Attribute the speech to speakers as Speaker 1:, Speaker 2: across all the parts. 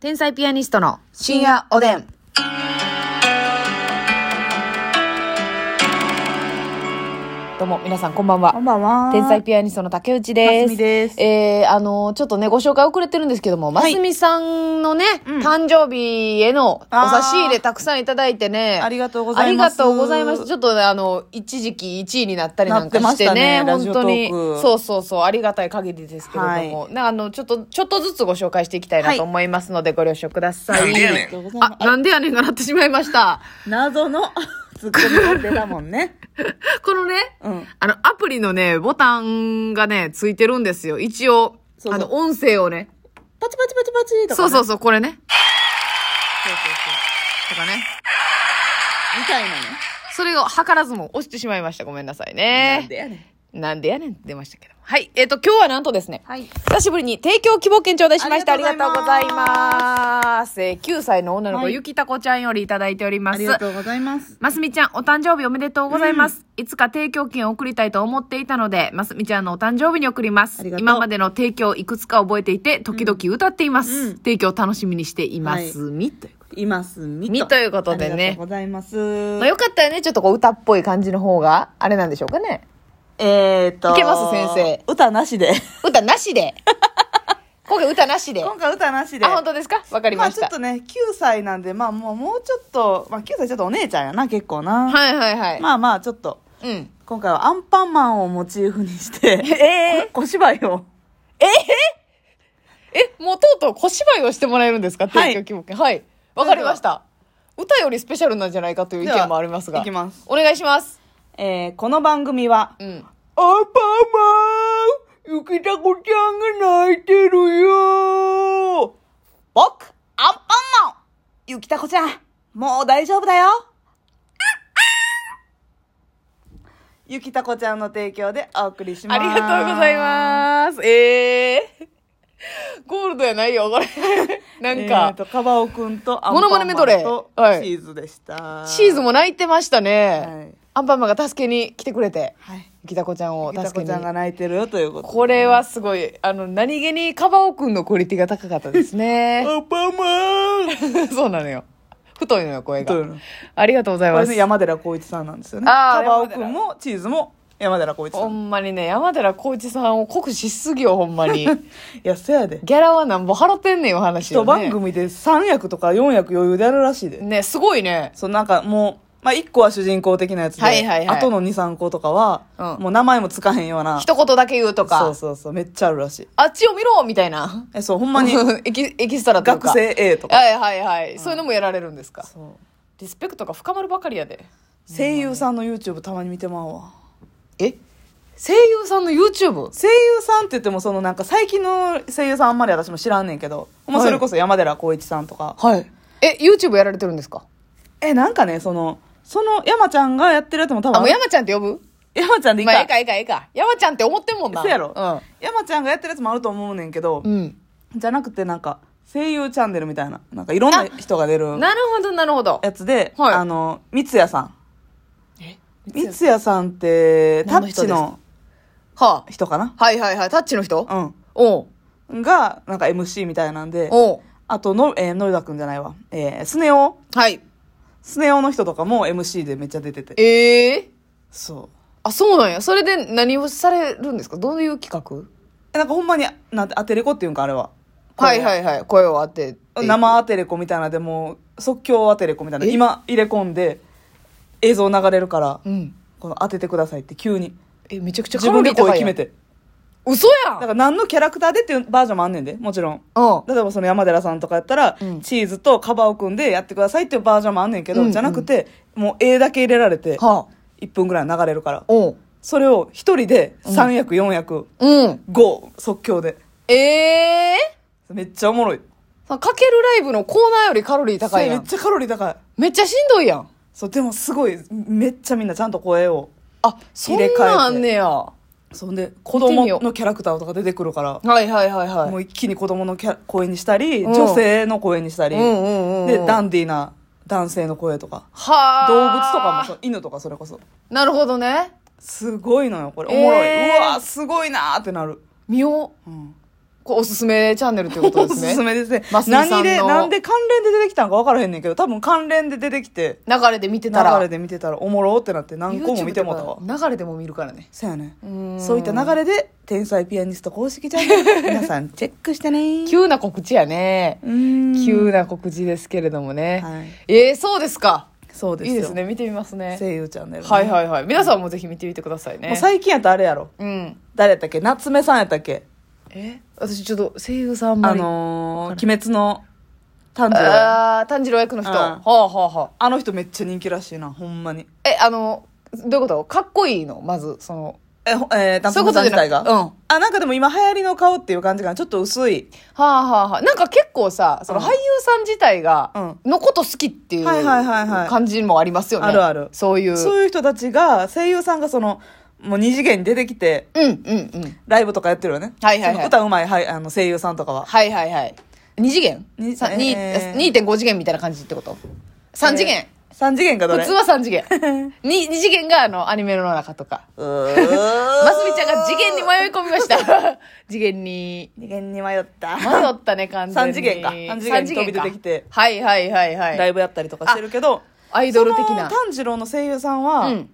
Speaker 1: 天才ピアニストの深夜おでん。どうも、皆さんこんばん
Speaker 2: こ
Speaker 1: は
Speaker 2: ん。ばんは。
Speaker 1: 天才ピアニストの竹内です。
Speaker 2: ますみです
Speaker 1: えー、あのちょっとね、ご紹介遅れてるんですけども、
Speaker 2: はい
Speaker 1: ますみさんのね、
Speaker 2: うん
Speaker 1: 誕生日へのお
Speaker 2: あー
Speaker 1: 差し入れたくさんいただいてね。
Speaker 2: ありがとうございます
Speaker 1: ありがとうございます。ちょっとね、あの、一時期1位になったりなんかしてね、
Speaker 2: なっ
Speaker 1: 本
Speaker 2: てました
Speaker 1: 当
Speaker 2: ね
Speaker 1: に。
Speaker 2: ラジオトーク
Speaker 1: そうそうそう、ありがたい限りですけれども、
Speaker 2: は
Speaker 1: ねあの、ちょっと、ちょっとずつご紹介していきたいなと思いますので、ご了承ください。
Speaker 3: なんでやねん
Speaker 2: ありがとうございま
Speaker 1: あ、なんでやねんがなってしまいました。
Speaker 2: す。謎のツッコミが出たもんね。
Speaker 1: このね、
Speaker 2: うん
Speaker 1: あの、アプリのね、ボタンがね、ついてるんですよ。一応、
Speaker 2: そうそう
Speaker 1: あの、音声をね。
Speaker 2: パチパチパチパチとか、ね。
Speaker 1: そう
Speaker 2: う。
Speaker 1: そうそう、これね。とかね。
Speaker 2: みたいなね。
Speaker 1: それを図らずも押してしまいました。ごめんなさい
Speaker 2: なん
Speaker 1: ね。
Speaker 2: でやねん。
Speaker 1: なんでやねんって出ましたけども。はい。えっ、と、今日はなんとですね、
Speaker 2: はい。
Speaker 1: 久しぶりに提供希望券頂戴しました。あ
Speaker 2: あ
Speaker 1: り
Speaker 2: り
Speaker 1: が
Speaker 2: が
Speaker 1: と
Speaker 2: と
Speaker 1: うご
Speaker 2: うご
Speaker 1: ざ
Speaker 2: ざ
Speaker 1: い
Speaker 2: い
Speaker 1: ます。えー、9歳の女の子、
Speaker 2: はい
Speaker 1: ゆきたこちゃんよりいただいておりま
Speaker 2: あ
Speaker 1: す。
Speaker 2: りがとうございます。
Speaker 1: ますみちゃん、お誕生日おめでとうございます。いつか提供券を送りたいと思っていたので、ますみちゃんのお誕生日に送ります
Speaker 2: あり。がとう
Speaker 1: 今までの提供いくつか覚えていて、時々歌っています。
Speaker 2: うん
Speaker 1: 提供楽しみにしています。みというこ
Speaker 2: いますみと。
Speaker 1: みということでね
Speaker 2: ありがとうございます。
Speaker 1: とまあ、よかったらね、ちょっとこう歌っぽい感じの方が、あれなんでしょうかね。
Speaker 2: えーっと。
Speaker 1: いけます先生。
Speaker 2: 歌なしで。
Speaker 1: 歌なし で。今回歌なしで。
Speaker 2: 今回歌なしで。
Speaker 1: あ、本当ですかわかり
Speaker 2: ま
Speaker 1: ま
Speaker 2: あ
Speaker 1: し
Speaker 2: ちょ
Speaker 1: た。
Speaker 2: っとね、9歳なんで、まあもうもうちょっと、まあ9歳ちょっとお姉ちゃんやな、結構な。
Speaker 1: はいはいはい。
Speaker 2: まあまあちょっと、
Speaker 1: うん。
Speaker 2: 今回はアンパンマンをモチーフにして、
Speaker 1: え
Speaker 2: 小芝居を。
Speaker 1: え、もうとうとう小芝居をしてもらえるんですか
Speaker 2: はい
Speaker 1: 提供希望券。はい。わかりました。歌よりスペシャルなんじゃないかという意見もありますが。
Speaker 2: ではいきます
Speaker 1: お願いします。
Speaker 2: えー、この番組は、
Speaker 1: うん。
Speaker 2: アンパンマンゆきたこちゃんが泣いてるよ僕、アンパンマンゆきたこちゃん、もう大丈夫だよゆきたこちゃんの提供でお送りしま
Speaker 1: あ
Speaker 2: す。
Speaker 1: りがとうございます。ええゴールドやないよ、これ。 なん
Speaker 2: え
Speaker 1: か
Speaker 2: ー、と、カバオくんとアン
Speaker 1: モ
Speaker 2: パ
Speaker 1: ノ
Speaker 2: ン
Speaker 1: マ
Speaker 2: マ
Speaker 1: ネ
Speaker 2: ン
Speaker 1: メドレー
Speaker 2: と
Speaker 1: はい
Speaker 2: チーズでした。
Speaker 1: シーズも泣いてましたね。
Speaker 2: はい
Speaker 1: アンパンマンが助けに来てくれて、
Speaker 2: はい。
Speaker 1: ゆきたこちゃんを
Speaker 2: ゆきた
Speaker 1: 助
Speaker 2: こ
Speaker 1: け
Speaker 2: ちゃんが
Speaker 1: に。
Speaker 2: 泣いてるということで。
Speaker 1: これはすごい、あの、何気にカバオくんのクオリティが高かったですね。
Speaker 2: アンパンマン
Speaker 1: そうなのよ。太いのよ、声
Speaker 2: 太い
Speaker 1: が
Speaker 2: の。
Speaker 1: ありがとうござい
Speaker 2: こ
Speaker 1: ま
Speaker 2: れ
Speaker 1: す
Speaker 2: ね。山寺宏一さんなんですよね
Speaker 1: あー
Speaker 2: カバオくんもチーズも山寺宏一さ
Speaker 1: ほ
Speaker 2: ん
Speaker 1: んまにね、山寺宏一さんを酷使しすぎよ、ほんまに。
Speaker 2: いやせやで
Speaker 1: ギャラはなんぼ払ってんねんよ、話よ、
Speaker 2: 一
Speaker 1: ね。
Speaker 2: 番組で3役とか4役余裕でやるらしいで
Speaker 1: ね、すごいね。
Speaker 2: そうなんかもう、まあ、1個は主人公的なやつで、
Speaker 1: はいはいはい
Speaker 2: あとの23個とかは、
Speaker 1: うん
Speaker 2: もう名前もつかへんような
Speaker 1: 一言だけ言うとか。
Speaker 2: そうそうそうめっちゃあるらしい
Speaker 1: あっちを見ろみたいな。
Speaker 2: えそうほ んまに
Speaker 1: エキエキストラというか。
Speaker 2: 学生 A とか
Speaker 1: はいはいはい、そういうのもやられるんですか。
Speaker 2: そう
Speaker 1: リスペクトが深まるばかりやで。
Speaker 2: 声優さんの YouTube たまに見てまうわ
Speaker 1: え声優さんの YouTube?
Speaker 2: 声優さんって言ってもそのなんか最近の声優さんあんまり私も知らんねんけど、まあ、それこそ山寺宏一さんとか
Speaker 1: はい。え、YouTube やられてるんですか
Speaker 2: えなんかねそのその山ちゃんがやってるやつも多
Speaker 1: あ、
Speaker 2: 分
Speaker 1: もう山ちゃんって呼ぶ
Speaker 2: 山ちゃんでいい
Speaker 1: ま
Speaker 2: か,、
Speaker 1: あ、ええかええかええか。山ちゃんって思ってんもんな。
Speaker 2: そうやろ、山ちゃんがやってるやつもあると思うねんけど
Speaker 1: う、ん。
Speaker 2: じゃなくてなんか声優チャンネルみたいななんかいろんな人が出る
Speaker 1: うん。なるほど、なるほど。
Speaker 2: やつで、
Speaker 1: はい
Speaker 2: あの三ツ矢さん
Speaker 1: え
Speaker 2: 三ツ矢さんってタ
Speaker 1: 何の
Speaker 2: ッ
Speaker 1: 人です
Speaker 2: チの
Speaker 1: は
Speaker 2: 人かな
Speaker 1: あ、はいはいはい。タッチの人おう
Speaker 2: うんがなんか MC みたいなんで
Speaker 1: おう
Speaker 2: あとの、えー、のりだくんじゃないわ、えー、スネ夫
Speaker 1: はい。
Speaker 2: スネ夫の人とかも MC でめっちゃ出てて
Speaker 1: ええ
Speaker 2: そう
Speaker 1: あ、そうなんや。それで何をされるんですかどういう企
Speaker 2: えなんかほんまになんてアテレコっていうんかあれは
Speaker 1: 画はいはいはい。声を当てて。
Speaker 2: 生アテレコみたいなでもう即興アテレコみたいな
Speaker 1: え
Speaker 2: 今入れ込んで映像流れるから、
Speaker 1: うん。
Speaker 2: この当ててくださいって急に
Speaker 1: え、めちゃくちゃ
Speaker 2: 自分で声
Speaker 1: 高い
Speaker 2: 決
Speaker 1: やん
Speaker 2: め。て
Speaker 1: 嘘や
Speaker 2: だ
Speaker 1: ん
Speaker 2: から何のキャラクターでっていうバージョンもあんねんでもちろん
Speaker 1: うん。
Speaker 2: 例えばその山寺さんとかやったら、
Speaker 1: うん
Speaker 2: チーズとカバオくんでやってくださいっていうバージョンもあんねんけど、
Speaker 1: うん
Speaker 2: じゃなくてもう絵だけ入れられて
Speaker 1: はあ。
Speaker 2: 1分ぐらい流れるから
Speaker 1: おう
Speaker 2: それを1人で3役4役
Speaker 1: うん。
Speaker 2: 5即興で
Speaker 1: ええ
Speaker 2: めっちゃおもろい
Speaker 1: ー。かけるライブのコーナーよりカロリー高いや
Speaker 2: それめ
Speaker 1: ん
Speaker 2: っ。ちゃカロリー高い
Speaker 1: めっちゃしんどいやん。
Speaker 2: そうでもすごいめっちゃみんなちゃんと声を
Speaker 1: あ、そん
Speaker 2: 入れ替えて
Speaker 1: なんあんねや。は
Speaker 2: そんで子
Speaker 1: て
Speaker 2: 供
Speaker 1: みよう
Speaker 2: のキャラクターとか出てくるから、
Speaker 1: いはいはいはい。
Speaker 2: もう一気に子供のキャラ声にしたり、
Speaker 1: うん
Speaker 2: 女性の声にしたり、
Speaker 1: うんうんうん。
Speaker 2: でダ
Speaker 1: ン、
Speaker 2: ンディーな男性の声とか
Speaker 1: はあ。
Speaker 2: 動物とかもそう犬とかそれこそ
Speaker 1: も。なるほどね。
Speaker 2: すごいのよこれお
Speaker 1: えー
Speaker 2: もろい、うわーすごいなーってなる、
Speaker 1: 見よう。
Speaker 2: うん
Speaker 1: こうおすすめチャンネルということ
Speaker 2: お
Speaker 1: ですすね。
Speaker 2: すめですね
Speaker 1: ます。みさんの
Speaker 2: 何で、なんで関連で出てきたんか分からへんねんけど、多分関連で出てきて、
Speaker 1: 流れで見て
Speaker 2: 流
Speaker 1: たら。
Speaker 2: れで見てたらおもろってなって何個も見てもうたわ
Speaker 1: YouTube。とか流れでも見るからね。
Speaker 2: そうやね
Speaker 1: う。ん
Speaker 2: そういった流れで、天才ピアニスト公式チャン ネル、皆さんチェックしてね。
Speaker 1: 急な告知やね。
Speaker 2: うん
Speaker 1: 急な告知ですけれどもね。
Speaker 2: は
Speaker 1: えー、そうですか。
Speaker 2: そうです
Speaker 1: い
Speaker 2: よ。
Speaker 1: いですね。見てみますね。
Speaker 2: 声優チャンネルね。
Speaker 1: はいはいはい。皆さんもぜひ見てみてくださいね。
Speaker 2: もう最近やったらあれやろ。
Speaker 1: うん。
Speaker 2: 誰やったっけ夏目さんやったっけ
Speaker 1: え私ちょっと声優さんあんま
Speaker 2: あ
Speaker 1: り。
Speaker 2: のー、鬼滅の炭治郎や。
Speaker 1: あー炭治郎役の人。
Speaker 2: うん
Speaker 1: はあはあはあ。
Speaker 2: あの人めっちゃ人気らしいな、ほんまに。
Speaker 1: え、あの、どういうことかっこいいのまず、その。
Speaker 2: え、ほえー、ダン
Speaker 1: そ
Speaker 2: プ
Speaker 1: ういうこと
Speaker 2: さん
Speaker 1: じゃ
Speaker 2: 自
Speaker 1: なく
Speaker 2: 体が。
Speaker 1: うん。
Speaker 2: あ、なんかでも今流行りの顔っていう感じかな。ちょっと薄い。
Speaker 1: はあはあはあ。なんか結構さ、その
Speaker 2: うん
Speaker 1: 俳優さん自体が、のこと好きっていう
Speaker 2: はいはいはいはい
Speaker 1: 感じもありますよね。
Speaker 2: あるある
Speaker 1: そういう。
Speaker 2: そういう人たちが、声優さんがその、もう二次元に出てきて、
Speaker 1: うんうんうん。
Speaker 2: ライブとかやってるよね。
Speaker 1: はいはいはい
Speaker 2: その歌うまい、はい、あの声優さんとかは。
Speaker 1: はいはいはい。二次元
Speaker 2: に
Speaker 1: さに
Speaker 2: えー
Speaker 1: 2.5次元みたいな感じってこと三次元。
Speaker 2: 三次元かどれ
Speaker 1: 普通は三次 元。二二次元があの、アニメの中とか。
Speaker 2: うー
Speaker 1: ますみちゃんが次元に迷い込みま した。次元に。
Speaker 2: 二次元に迷った。
Speaker 1: 迷ったね、完全に。
Speaker 2: 三次元か三次元に飛び出てきて
Speaker 1: 三次元かはいはいはいはい。
Speaker 2: ライブやったりとかしてるけど、
Speaker 1: アイドル的な
Speaker 2: その。炭治郎の声優さんは、
Speaker 1: うん。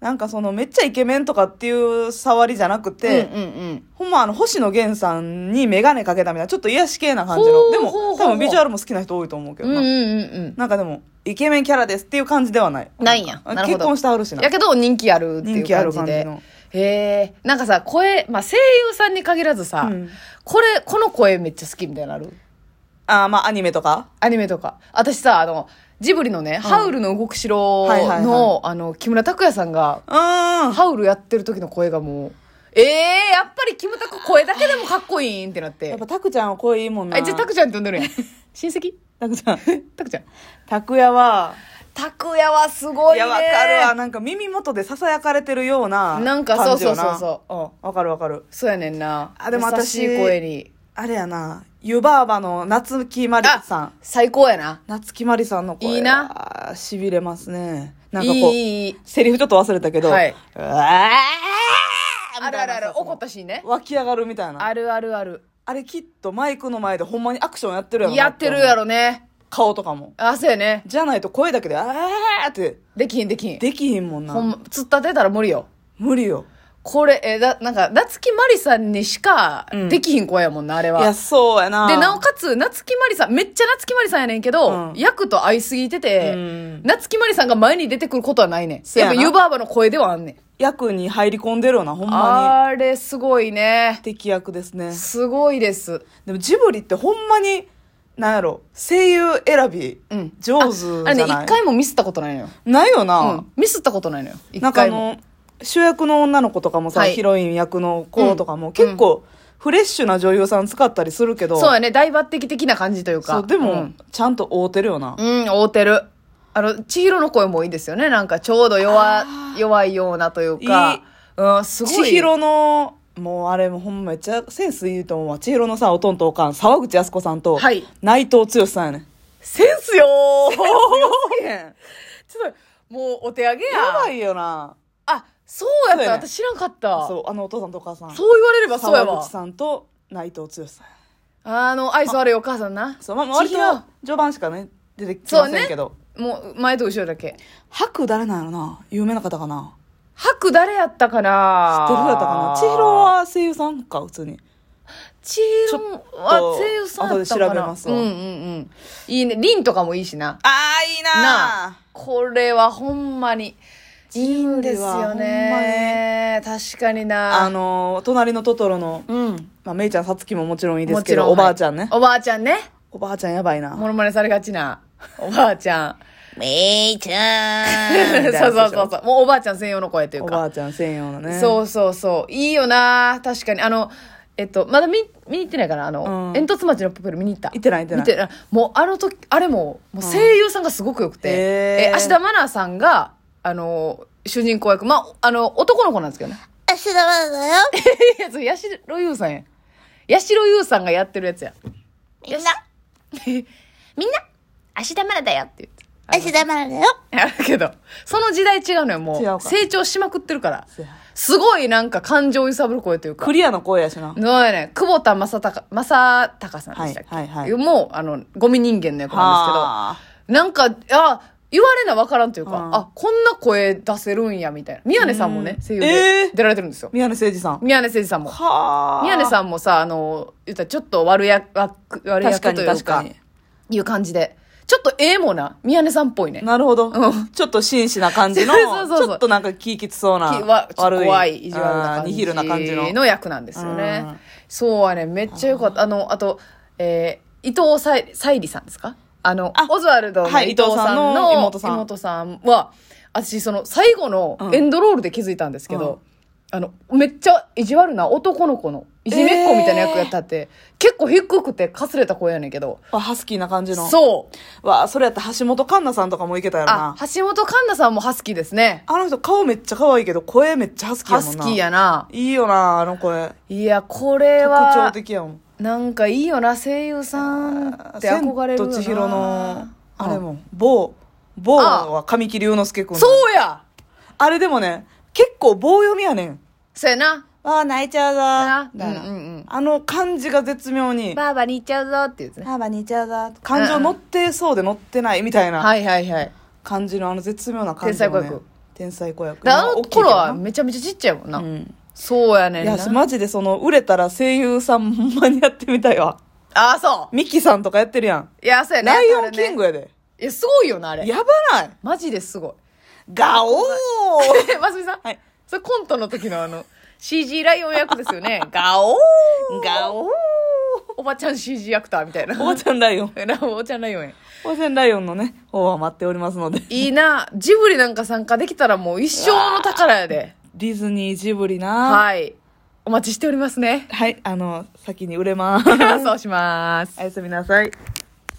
Speaker 2: なんかその、めっちゃイケメンとかっていう触りじゃなくて、
Speaker 1: うんうんうん。
Speaker 2: ほんまあの、星野源さんにメガネかけたみたいな、ちょっと癒し系な感じ
Speaker 1: ほう
Speaker 2: の。で
Speaker 1: ほうほう
Speaker 2: も、多分ビジュアルも好きな人多いと思うけど
Speaker 1: うんう
Speaker 2: な。
Speaker 1: んうん
Speaker 2: なんかでも、イケメンキャラですっていう感じではない。
Speaker 1: うん。ないんや。
Speaker 2: あ
Speaker 1: なるほど。
Speaker 2: 結婚してはるしな
Speaker 1: やけど人気あるっていう
Speaker 2: 人気あ
Speaker 1: 感
Speaker 2: る
Speaker 1: じ
Speaker 2: 感じ
Speaker 1: で
Speaker 2: の。
Speaker 1: へえ。なんかさ、声、まあ声優さんに限らずさ、
Speaker 2: うん
Speaker 1: これ、この声めっちゃ好きみたいなのある
Speaker 2: あーまあ、アニメとか
Speaker 1: アニメとか。私さ、あの、ジブリのね、ハウルの動く城の、
Speaker 2: はいはいは
Speaker 1: あの、木村拓哉さんが
Speaker 2: うーん。
Speaker 1: ハウルやってる時の声がもう、ええやっぱりキムタク声だけでもかっこいいんってなって。
Speaker 2: やっぱ、タクちゃんは声いいもんな。
Speaker 1: あ、じゃあタクちゃんって呼んで るやん。親 戚
Speaker 2: タクちゃん。
Speaker 1: タクちゃん。
Speaker 2: タクヤは、
Speaker 1: タクヤはすごい
Speaker 2: い
Speaker 1: ね。
Speaker 2: や、わかるわ。なんか耳元で囁かれてるような
Speaker 1: なんか
Speaker 2: 感じよな。
Speaker 1: そうそうそう
Speaker 2: うん。わかるわかる。
Speaker 1: そうやねんな。
Speaker 2: あでも私
Speaker 1: 優しい声に。
Speaker 2: あれやな、湯婆婆の夏木まりさん。
Speaker 1: 最高やな。
Speaker 2: 夏木まりさんの声は。
Speaker 1: いいな
Speaker 2: 痺れますね。なん
Speaker 1: い
Speaker 2: かこう。
Speaker 1: いいい。
Speaker 2: セリフちょっと忘れたけど、
Speaker 1: はいう
Speaker 2: わー
Speaker 1: あるあるある。怒った
Speaker 2: し。
Speaker 1: シーンね。
Speaker 2: 湧き上がるみたいな。あ
Speaker 1: あるあるある。
Speaker 2: れきっとマイクの前でほんまにアクションやってるやろな
Speaker 1: やってるや
Speaker 2: ろ。
Speaker 1: ろね。
Speaker 2: 顔とかも。
Speaker 1: あ、そうやね。
Speaker 2: じゃないと声だけで、あーって
Speaker 1: できひんできひん。
Speaker 2: できひんもん
Speaker 1: ほん
Speaker 2: な。
Speaker 1: ま、突っ立てたら無理よ。
Speaker 2: 無理よ。
Speaker 1: これ、え、だ、なんか、夏木マリさんにしか
Speaker 2: うん
Speaker 1: できひん声やもんな、あれ
Speaker 2: い
Speaker 1: は。
Speaker 2: や、そうやな。
Speaker 1: で、なおかつ、夏木マリさん、めっちゃ夏木マリさんやねんけど、
Speaker 2: うん
Speaker 1: 役と合いすぎてて、
Speaker 2: うん
Speaker 1: 夏木マリさんが前に出てくることはないねん。
Speaker 2: せ
Speaker 1: や
Speaker 2: や
Speaker 1: っ
Speaker 2: な
Speaker 1: ぱ、湯婆婆の声ではあんねん。
Speaker 2: 役に入り込んでるよな、ほんま
Speaker 1: あれ、すごいね
Speaker 2: に。。敵役ですね。
Speaker 1: すごいです。
Speaker 2: でもジブリってほんまに、なんやろ、声優選び
Speaker 1: うん、
Speaker 2: 上手じゃ
Speaker 1: あれ
Speaker 2: ない
Speaker 1: ね、一回もミスったことないのよ。
Speaker 2: ないよ
Speaker 1: う
Speaker 2: な。
Speaker 1: ん。ミスったことないのよ。一
Speaker 2: なんかあ
Speaker 1: 回も。
Speaker 2: の、主役の女の子とかもさ、
Speaker 1: はい
Speaker 2: ヒロイン役の子とかも、結構、フレッシュな女優さん使ったりするけど、
Speaker 1: そうやね、大抜擢的な感じというか。
Speaker 2: そうでも、
Speaker 1: うん、
Speaker 2: ちゃんと合うてるよな。
Speaker 1: うん、合うてる。あの、千尋の声もいいですよね。なんか、ちょうど弱、弱いようなというか。
Speaker 2: いい
Speaker 1: うん、すごい。
Speaker 2: 千尋の、もうあれもほんまめっちゃセンスいいと思うわ。千尋のさ、おとんとおかん、沢口靖子さんと、
Speaker 1: はい
Speaker 2: 内藤剛さんやねん。
Speaker 1: センスよ ー
Speaker 2: や
Speaker 1: ちょっと、もうお手上げや。
Speaker 2: ばいよな。
Speaker 1: あ、そうやっ
Speaker 2: そう
Speaker 1: た。
Speaker 2: やね
Speaker 1: 私知らんかった。そう
Speaker 2: そう、あのお父さんとお母さん。
Speaker 1: 言われればそうや
Speaker 2: 沢口
Speaker 1: わ。
Speaker 2: さんと内藤剛さん。
Speaker 1: あの、愛想悪いお母さんな。
Speaker 2: そう、まあ、割と
Speaker 1: 千尋
Speaker 2: 序盤しかね、出てきませんけど。
Speaker 1: もう、前と後ろだけ。
Speaker 2: 白誰なんやろな有名な方かな
Speaker 1: 白誰やったかな
Speaker 2: どうだったかな千尋。は声優さんか普通に
Speaker 1: 千尋は声優さんやったかな
Speaker 2: 後で調べます
Speaker 1: うん
Speaker 2: わ
Speaker 1: うんうん。いいね。凛とかもいいしな。
Speaker 2: ああいいな
Speaker 1: なあ。これはほんまに。いいんです
Speaker 2: ジブリは
Speaker 1: よ
Speaker 2: ほんま
Speaker 1: ね。確かにな。
Speaker 2: あのー隣のトトロの、
Speaker 1: うん。
Speaker 2: まあ、めいちゃんさつきももちろんいいで
Speaker 1: も
Speaker 2: す
Speaker 1: ち
Speaker 2: け
Speaker 1: ろん。
Speaker 2: どおばあちゃんね
Speaker 1: はいおばあちゃんね。
Speaker 2: おばあちゃんやばいな
Speaker 1: モノマネされがち な。おばあちゃん。
Speaker 2: めいちゃ
Speaker 1: そうそうそうそう。もうおばあちゃん専用の声という
Speaker 2: おば
Speaker 1: か。
Speaker 2: あちゃん専用のね
Speaker 1: そうそうそう。いいよな確かに。あの、えっと、まだ見、見に行ってないかなあの、
Speaker 2: うん
Speaker 1: 煙突町のプペル見に行った。
Speaker 2: 行ってない行ってな
Speaker 1: 見
Speaker 2: い
Speaker 1: てない。もうあの時、あれも、もう声優さんがすごく良くて。
Speaker 2: うんへ
Speaker 1: え、
Speaker 2: ー
Speaker 1: 芦田愛菜さんが、あの、主人公役。まあ、あの、男の子なんですけどね。
Speaker 2: 足だわだよ
Speaker 1: いや、それ、やしろゆうさんや。やしろゆうさ んがやってるやつや。みんな、みんな、芦田愛菜だよって言って。
Speaker 2: 足だまるだよ。
Speaker 1: やるけど、その時代違うのよ、も
Speaker 2: 違う
Speaker 1: う。
Speaker 2: か
Speaker 1: 成長しまくってるから
Speaker 2: そうや。
Speaker 1: すごいなんか感情を揺さぶる声というか。
Speaker 2: クリアの声やしな。
Speaker 1: そうやね。久保田正隆、正隆さんでしたっけ、
Speaker 2: はいはいはい
Speaker 1: もう、あの、ゴミ人間の役なん
Speaker 2: はあ
Speaker 1: ですけど、なんか、あ、言われなわからんというか、
Speaker 2: うん
Speaker 1: あ、こんな声出せるんや、みたいな。宮根さんもね、声優
Speaker 2: え
Speaker 1: で
Speaker 2: ー
Speaker 1: 出られてるんですよ。
Speaker 2: 宮根誠司さん。
Speaker 1: 宮根誠司さんも。
Speaker 2: はあ。
Speaker 1: 宮根
Speaker 2: ん。
Speaker 1: さんもさ、あの、言ったらちょっと悪役、悪
Speaker 2: 確か
Speaker 1: 役と
Speaker 2: に
Speaker 1: いうか、
Speaker 2: 確かに。
Speaker 1: いう感じで。ちょっとええもんな、宮根さんっぽいね。
Speaker 2: なるほど、
Speaker 1: うん
Speaker 2: ちょっと紳士な感じ の
Speaker 1: そうそうそうそう
Speaker 2: ちょっとなんか気きつそうな
Speaker 1: きわちょっと
Speaker 2: 悪い
Speaker 1: 怖い意地悪な
Speaker 2: あー
Speaker 1: 感
Speaker 2: ニ
Speaker 1: じ
Speaker 2: ヒルな感じの
Speaker 1: の役なんですよね、
Speaker 2: うん
Speaker 1: そうはねめっちゃよかったあのあと、えー伊藤沙沙莉さんですかあの
Speaker 2: あ
Speaker 1: オズワルドの
Speaker 2: はい
Speaker 1: 伊藤さんの,、
Speaker 2: 伊藤さんの
Speaker 1: 妹さんは私その最後のエンドロールで気づいたんですけど、あのめっちゃ意地悪な男の子のいじめっ子みたいな役やったって、結構低くてかすれた声やねんけど
Speaker 2: あハスキーな感じの
Speaker 1: そう
Speaker 2: わあそれやったら橋本環奈さんとかもいけたやろ
Speaker 1: あ
Speaker 2: な
Speaker 1: 橋本環奈さんもハスキーですね
Speaker 2: あの人顔めっちゃ可愛いけど声めっちゃハスキーや
Speaker 1: ハ
Speaker 2: もん
Speaker 1: ス
Speaker 2: な
Speaker 1: キーやない
Speaker 2: いよなあの声
Speaker 1: いやこれ
Speaker 2: 特
Speaker 1: は
Speaker 2: 徴的やもん
Speaker 1: なんかいいよな声優さんって憧れるよな
Speaker 2: 千と千尋のあれも某某は神木隆之介君
Speaker 1: そうや
Speaker 2: あれでもね結構棒読みやねん
Speaker 1: そうやな
Speaker 2: ああ泣いちゃう
Speaker 1: な
Speaker 2: ぞみたいな
Speaker 1: うんうんうん
Speaker 2: あの感じが絶妙に
Speaker 1: ばあばに行っちゃうぞっていうやつね
Speaker 2: あば似ちゃうぞ感情乗ってそうで乗ってないみたいな
Speaker 1: はいはいはい
Speaker 2: 感じのあの絶妙な感じの、
Speaker 1: 天才
Speaker 2: ね、
Speaker 1: 子役
Speaker 2: 天才子役
Speaker 1: だからあの頃は
Speaker 2: 大きい
Speaker 1: めちゃめちゃちっちゃいもんな、
Speaker 2: けどなうん
Speaker 1: そうやね
Speaker 2: い
Speaker 1: んな
Speaker 2: やしマジでその売れたら声優さんほんまにやってみたいわ
Speaker 1: ああそ
Speaker 2: ミキさんとかやってるやん
Speaker 1: ういやそうやね
Speaker 2: ライオンキン
Speaker 1: グ
Speaker 2: グやで
Speaker 1: いやすごいよなあれ
Speaker 2: やばない
Speaker 1: マジですごい
Speaker 2: ガオー
Speaker 1: え ますみさん、
Speaker 2: はい
Speaker 1: それコントの時のあの CG ライオン役ですよ ねガオー
Speaker 2: ガオー
Speaker 1: おばちゃん CG アクターみた いな
Speaker 2: おばちゃんライオン
Speaker 1: ゃんおばちゃんライオンや
Speaker 2: おばちゃんライオンのね方は待っておりますので
Speaker 1: いいなジブリなんか参加できたらもう一生の宝やで
Speaker 2: ディズニージブリな。
Speaker 1: はい。お待ちしておりますね
Speaker 2: はいあの先に売れます
Speaker 1: そうします。
Speaker 2: おやすみなさい